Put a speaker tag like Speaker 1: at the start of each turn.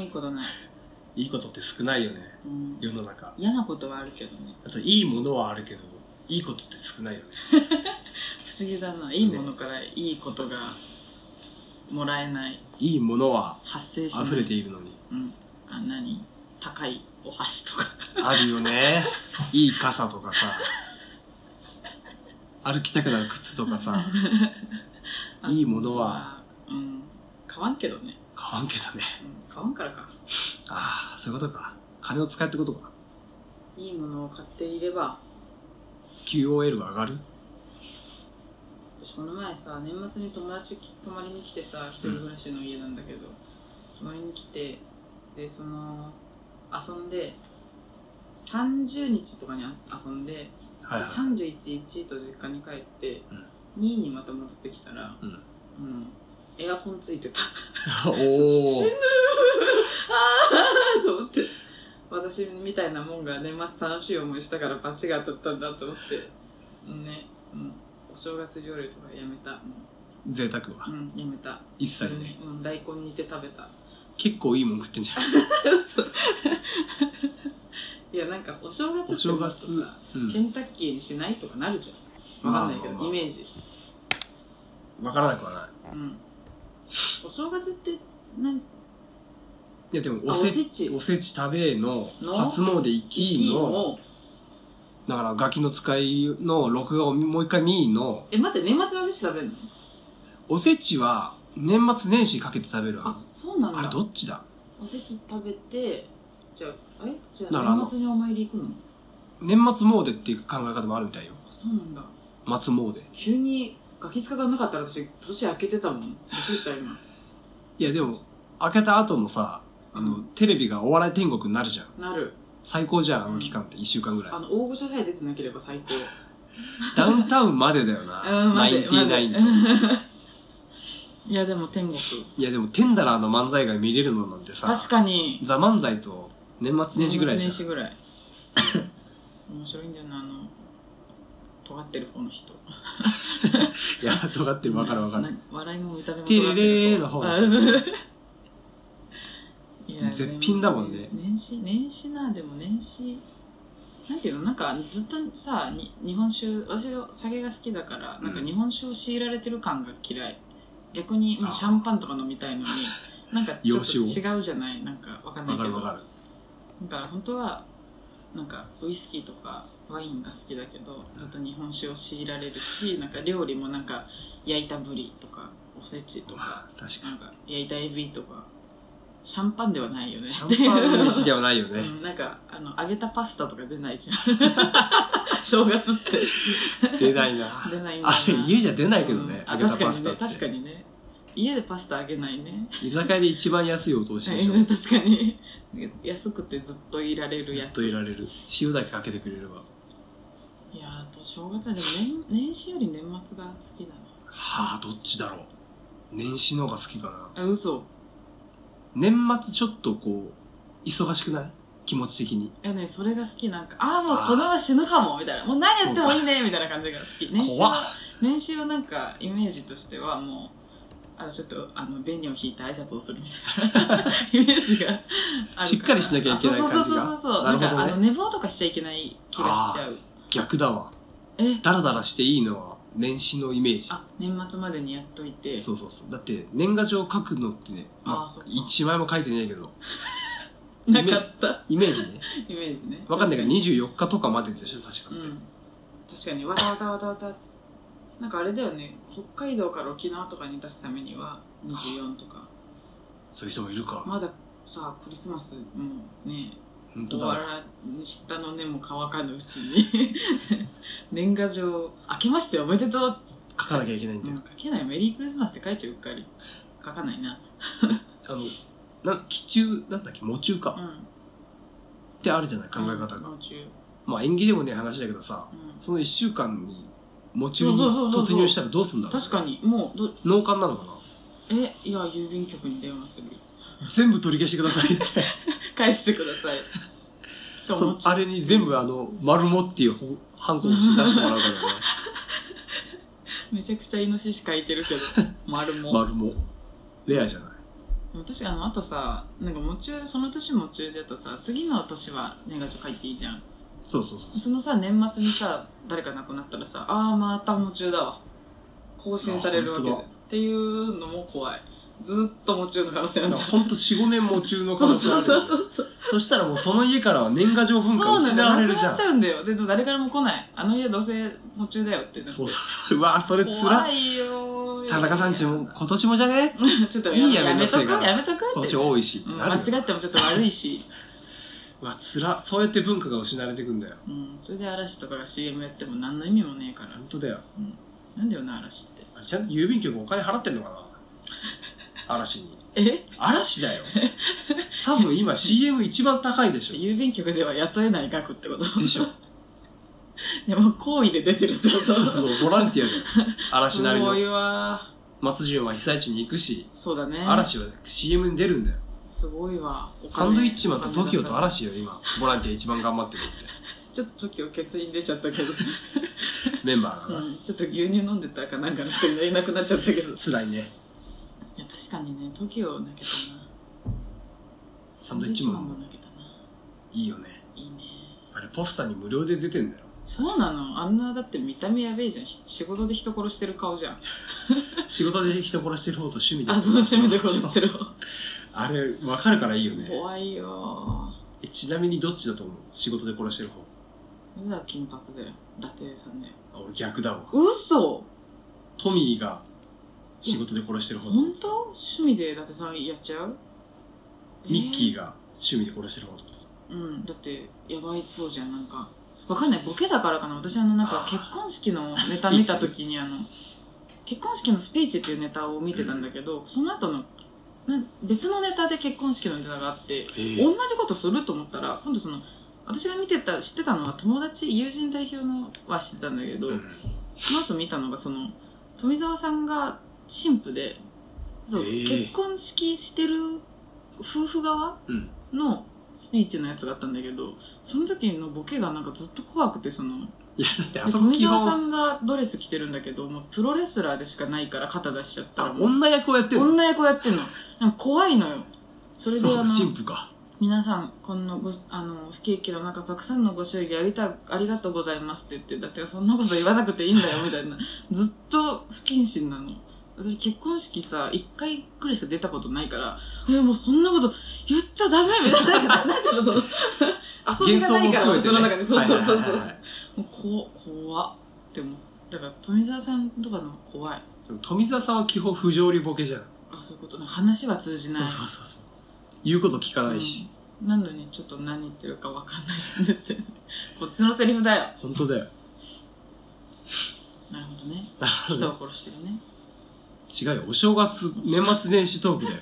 Speaker 1: いいことない、
Speaker 2: いいことって少ないよね
Speaker 1: うん、
Speaker 2: 世の中
Speaker 1: 嫌なことはあるけどね
Speaker 2: あといいものはあるけどいいことって少ないよね
Speaker 1: 不思議だないいものからいいことがもらえない
Speaker 2: いいものは
Speaker 1: 発生しない
Speaker 2: 溢れているのに
Speaker 1: うんあ何高いお箸とか
Speaker 2: あるよ ねいい傘とかさ歩きたくなる靴とかさ いいものは
Speaker 1: あうん買わんけどね、
Speaker 2: 買わんけどね
Speaker 1: うん、買わんからか
Speaker 2: ああそういうことか金を使えってことか
Speaker 1: いいものを買っていれば
Speaker 2: QOL が上がる
Speaker 1: 私この前さ年末に友達き泊まりに来てさ一人暮らしの家なんだけど、泊まりに来てでその遊んで30日とかにあ遊んで
Speaker 2: はいはい
Speaker 1: 31日と実家に帰って、
Speaker 2: うん
Speaker 1: 2にまた戻ってきたら、
Speaker 2: うん
Speaker 1: あのエアコンついてた
Speaker 2: おお
Speaker 1: 死ぬあーと思って私みたいなもんが年末楽しい思いしたからバチが当たったんだと思ってねうんお正月料理とかやめたも
Speaker 2: 贅沢は
Speaker 1: ううんやめた
Speaker 2: 一切ね
Speaker 1: うん、大根煮て食べた
Speaker 2: 結構いいもん食ってんじゃん
Speaker 1: いやなんかお正月
Speaker 2: お
Speaker 1: って
Speaker 2: 正
Speaker 1: もっと
Speaker 2: 月
Speaker 1: さ、
Speaker 2: うん
Speaker 1: ケンタッキーにしないとかなるじゃんわかんないけど、
Speaker 2: まあまあまあ
Speaker 1: イメージ
Speaker 2: わからなくはない
Speaker 1: うんお正月って何
Speaker 2: いやでも
Speaker 1: あ
Speaker 2: おせ
Speaker 1: おせち
Speaker 2: おせち食べの
Speaker 1: の
Speaker 2: 初詣行きの
Speaker 1: を
Speaker 2: だからガキの使いの録画をもう一回見いの
Speaker 1: え待って年末のおせち食べるの
Speaker 2: おせちは年末年始かけて食べるは
Speaker 1: あ
Speaker 2: ず
Speaker 1: そうなんだ
Speaker 2: あれどっちだ
Speaker 1: おせち食べてじゃあえじゃ
Speaker 2: なら
Speaker 1: あ
Speaker 2: あの
Speaker 1: 年末にお参り行くの
Speaker 2: 年末詣っていう考え方もあるみたいよ
Speaker 1: あそうなんだ
Speaker 2: 松詣
Speaker 1: 急にガキ使がなかったら私年明けてたもんびっくりした今
Speaker 2: いやでも開けた後もさあの、
Speaker 1: うん
Speaker 2: テレビがお笑い天国になるじゃん
Speaker 1: なる
Speaker 2: 最高じゃんあの期間って1週間ぐらい
Speaker 1: あの大御所さえ出てなければ最高
Speaker 2: ダウンタウンまでだよな、
Speaker 1: うん
Speaker 2: ナ
Speaker 1: 待
Speaker 2: イ
Speaker 1: っ
Speaker 2: ン
Speaker 1: て
Speaker 2: ティナインと
Speaker 1: 待って いやでも天国
Speaker 2: いやでもテンダラーの漫才が見れるのなんてさ
Speaker 1: 確かに
Speaker 2: ザ漫才と年末年始ぐらいじゃ
Speaker 1: 年
Speaker 2: ん
Speaker 1: 末年始ぐらい 面白いんだよなあの尖ってる方の人
Speaker 2: いや尖ってる分かる分かる
Speaker 1: な笑いも見た目も
Speaker 2: テレレーの方
Speaker 1: あいや
Speaker 2: 絶品だもんね
Speaker 1: でも年始年始なでも年始なんていうのなんかずっとさに日本酒私が酒が好きだからなんか
Speaker 2: うん
Speaker 1: 日本酒を強いられてる感が嫌い逆にも
Speaker 2: あ
Speaker 1: うシャンパンとか飲みたいのになんかちょっ
Speaker 2: 洋
Speaker 1: と
Speaker 2: 酒を
Speaker 1: 違うじゃないなんかわかんな
Speaker 2: 分
Speaker 1: い
Speaker 2: か
Speaker 1: け
Speaker 2: る
Speaker 1: ど
Speaker 2: 分かる
Speaker 1: だから本当はなんかウイスキーとかワインが好きだけどずっと日本酒を強いられるしなんか料理もなんか焼いたぶりとかおせちとか
Speaker 2: まあ確か
Speaker 1: なんか焼いたエビとかシャンパンではないよね
Speaker 2: にシャンパン飯ではないよね
Speaker 1: うん、なんかあの揚げたパスタとか出ないじゃん 正月って
Speaker 2: 出ないな
Speaker 1: 出ないんだな
Speaker 2: あれ家じゃ出ないけどね、
Speaker 1: うんあ
Speaker 2: 揚げ
Speaker 1: 確
Speaker 2: た
Speaker 1: か
Speaker 2: パ
Speaker 1: に
Speaker 2: スタ
Speaker 1: ね
Speaker 2: って
Speaker 1: 確かにね家でパスタ揚げないね
Speaker 2: 居酒屋で一番安いお通しでしょ
Speaker 1: 確かに安くてずっといられる
Speaker 2: ず
Speaker 1: や
Speaker 2: っ
Speaker 1: つ
Speaker 2: といられる塩だけかけてくれれば
Speaker 1: いやーあと正月はでも年年始より年末が好きだ
Speaker 2: はあどっちだろう年始の方が好きかな
Speaker 1: なあ嘘
Speaker 2: 年末ちょっとこう忙しくない気持ち的に
Speaker 1: いやねそれが好きなんかああもうこのまま死ぬかもみたいなもう何やってもいいねみたいな感じが好き年始
Speaker 2: 怖っ
Speaker 1: は年始はなんかイメージとしてはもうあのちょっとあの紅を引いて挨拶をするみたいな イメージがあるから
Speaker 2: しっかりしなきゃいけない感じが
Speaker 1: あそうそうそうそうそう
Speaker 2: なるほど
Speaker 1: ん
Speaker 2: ね
Speaker 1: かあの寝坊とかしちゃいけない気がしちゃう
Speaker 2: 逆だわ
Speaker 1: え
Speaker 2: ダラダラしていいのは年始のイメージ
Speaker 1: あ年末までにやっといて
Speaker 2: そうそうそうだって年賀状書くのってね、ま
Speaker 1: あーそ
Speaker 2: あ
Speaker 1: っ、か
Speaker 2: 1枚も書いてないけど
Speaker 1: なかった
Speaker 2: イメージね
Speaker 1: イメージね
Speaker 2: わかんないけど
Speaker 1: 確
Speaker 2: 24日とかまででしょ確か
Speaker 1: かにう
Speaker 2: って、
Speaker 1: ん確かにわたわたわたわたなんかあれだよね北海道から沖縄とかに出すためには24とか
Speaker 2: そういう人もいるか、
Speaker 1: まださクリスマスもね
Speaker 2: 本当
Speaker 1: 終
Speaker 2: だ
Speaker 1: わ
Speaker 2: わ
Speaker 1: ら下の根も乾かぬうちに 年賀状「明けましておめでとう」
Speaker 2: 書かなきゃいけないんだ
Speaker 1: な
Speaker 2: よ
Speaker 1: ん、か書けないメリークリスマスって書いちゃううっかり書かないな
Speaker 2: あのな気中なんだっけ喪中か、
Speaker 1: う
Speaker 2: っ
Speaker 1: ん
Speaker 2: てあるじゃない考え方が、
Speaker 1: もう中
Speaker 2: まあ縁起でもねえ話だけどさ
Speaker 1: うん
Speaker 2: その1週間に喪中に
Speaker 1: そうそうそうそ
Speaker 2: 突
Speaker 1: う
Speaker 2: 入したらどうすんだろうね
Speaker 1: 確かにもうど
Speaker 2: 納棺なのかな
Speaker 1: えいや郵便局に電話する
Speaker 2: 全部取り消してくださいって
Speaker 1: 返してくださいと
Speaker 2: そ
Speaker 1: 思っ
Speaker 2: の
Speaker 1: ちゃう
Speaker 2: あれに全部あの丸もっていうほハンコ押して出してもらうか らね
Speaker 1: めちゃくちゃイノシシ書いてるけど丸も、
Speaker 2: 丸もレアじゃない
Speaker 1: うん私あのあとさなんか夢中その年夢中だとさ次の年は年賀状書いていいじゃん
Speaker 2: そうそうそう
Speaker 1: そのさ年末にさ誰か亡くなったらさああまた夢中だわ更新されるわけじゃん
Speaker 2: あ
Speaker 1: っ
Speaker 2: 本
Speaker 1: ていうのも怖いずーっと夢中の可能性あ
Speaker 2: だ
Speaker 1: る
Speaker 2: から
Speaker 1: じゃん
Speaker 2: ほんと45年も中の可
Speaker 1: そう
Speaker 2: 能性
Speaker 1: そう
Speaker 2: ある
Speaker 1: そう
Speaker 2: よ
Speaker 1: そうそう
Speaker 2: そしたらもうその家からは年賀状文化失われるじゃん
Speaker 1: そうなんだよなくなっちゃうんだよででも誰からも来ないあの家どうせ夢中だよってなって
Speaker 2: そうそうそううわそれつら
Speaker 1: 怖いよー
Speaker 2: 田中さんちも今年もじゃね
Speaker 1: ちょっと
Speaker 2: いいや
Speaker 1: や
Speaker 2: めんど
Speaker 1: め
Speaker 2: くせ
Speaker 1: と
Speaker 2: え
Speaker 1: く
Speaker 2: から
Speaker 1: やめとく
Speaker 2: 今
Speaker 1: っ
Speaker 2: 年
Speaker 1: て
Speaker 2: 多いしって
Speaker 1: うん
Speaker 2: な
Speaker 1: 間
Speaker 2: るよ
Speaker 1: 違ってもちょっと悪いし、
Speaker 2: うわつらそうやって文化が失われてくんだよ
Speaker 1: うん、それで嵐とかが CM やっても何の意味もねえから
Speaker 2: 本当だよ
Speaker 1: なんだよな嵐って
Speaker 2: あれちゃんと郵便局お金払ってんのかな嵐に
Speaker 1: え
Speaker 2: 嵐だよ多分今 CM 一番高いでし
Speaker 1: 郵便局では雇えない額ってこと
Speaker 2: ょでしょ
Speaker 1: でも行為で出てるってこと
Speaker 2: そうそうボランティアで嵐なり
Speaker 1: すごい
Speaker 2: の
Speaker 1: わ
Speaker 2: 松潤は被災地に行くし
Speaker 1: そうだね
Speaker 2: 嵐は CM に出るんだよ
Speaker 1: すごいわお金
Speaker 2: サンドイッチマンと
Speaker 1: お金
Speaker 2: TOKIO
Speaker 1: 出
Speaker 2: と
Speaker 1: さ
Speaker 2: 嵐よ今ボランティア一番頑張ってるっ
Speaker 1: ちょっと TOKIO 欠員出ちゃったけど、
Speaker 2: てメンバーが
Speaker 1: う
Speaker 2: な、
Speaker 1: ん、ちょっと牛乳飲んでたかなんかの人がいなくなっちゃったけどい
Speaker 2: 辛いね
Speaker 1: や確かにね TOKIO 泣けたな
Speaker 2: サンドイッチマン
Speaker 1: サ
Speaker 2: も
Speaker 1: ンドイッチマンも泣けたない
Speaker 2: いよね
Speaker 1: いいね
Speaker 2: あれポスターに無料で出てんだよ
Speaker 1: そうなのあんなだって見た目やべえじゃんひ仕事で人殺してる顔じゃん
Speaker 2: 仕事で人殺してる方と趣味で
Speaker 1: あその趣味で殺 して
Speaker 2: る
Speaker 1: る
Speaker 2: あれ分かるからいいよね
Speaker 1: 怖いよ
Speaker 2: えちなみにどっちだと思う仕事で殺してる方
Speaker 1: じゃあ金髪だよ伊達さんだよ
Speaker 2: あ俺逆だわ
Speaker 1: 嘘
Speaker 2: トミーが仕事で殺してる方と
Speaker 1: 本当趣味で伊達さんやっちゃう
Speaker 2: ミッキー
Speaker 1: が、
Speaker 2: が趣味で殺してる方と思ってた
Speaker 1: えーうんだってやばいそうじゃんなんかわかんないボケだからかな私あのなんか
Speaker 2: あー
Speaker 1: 結婚式のネタ見た時にあの結婚式のスピーチっていうネタを見てたんだけど、その後のなん別のネタで結婚式のネタがあって同じことすると思ったら今度その私が見てた知ってたのは友達友人代表のは知ってたんだけど、
Speaker 2: うん
Speaker 1: その後見たのがその富澤さんが新婦でそう、
Speaker 2: えー
Speaker 1: 結婚式してる夫婦側
Speaker 2: うん
Speaker 1: のスピーチのやつがあったんだけどその時のボケがなんかずっと怖くてその
Speaker 2: いやだってあ
Speaker 1: で
Speaker 2: そこ
Speaker 1: 富
Speaker 2: 基
Speaker 1: 澤さ
Speaker 2: 本
Speaker 1: んがドレス着てるんだけどもうプロレスラーでしかないから肩出しちゃったら
Speaker 2: あ
Speaker 1: もう
Speaker 2: 女役をやってるの
Speaker 1: 女役をやってんのなんか怖いのよそれで
Speaker 2: そう
Speaker 1: あ
Speaker 2: か
Speaker 1: の
Speaker 2: 神父か
Speaker 1: 皆さんこのごあの不景気の中たくさんのご祝儀ありたありがとうございますって言ってだってそんなこと言わなくていいんだよみたいなずっと不謹慎なの私結婚式さ一回くらいしか出たことないからえもうそんなこと言っちゃダメみたいななんていうの その遊びがな
Speaker 2: 幻想
Speaker 1: い
Speaker 2: も
Speaker 1: から
Speaker 2: 含めて
Speaker 1: その中
Speaker 2: ね
Speaker 1: でそうそうそう
Speaker 2: はい
Speaker 1: そう
Speaker 2: はいはいはい
Speaker 1: もうこ怖って思うだから富澤さんとかの怖い
Speaker 2: でも富澤さんは基本不条理ボケじゃん
Speaker 1: あそういうことなんか話は通じ
Speaker 2: そ
Speaker 1: ないう
Speaker 2: そうそうそう言うこと聞かないし、
Speaker 1: うんなのにちょっと何言ってるか分かんないですねってこっちのセリフだよ
Speaker 2: 本当だよ
Speaker 1: なるほどね
Speaker 2: なるほど
Speaker 1: 人
Speaker 2: ね
Speaker 1: を殺してるね
Speaker 2: 違うよお正月年末年始トークだよ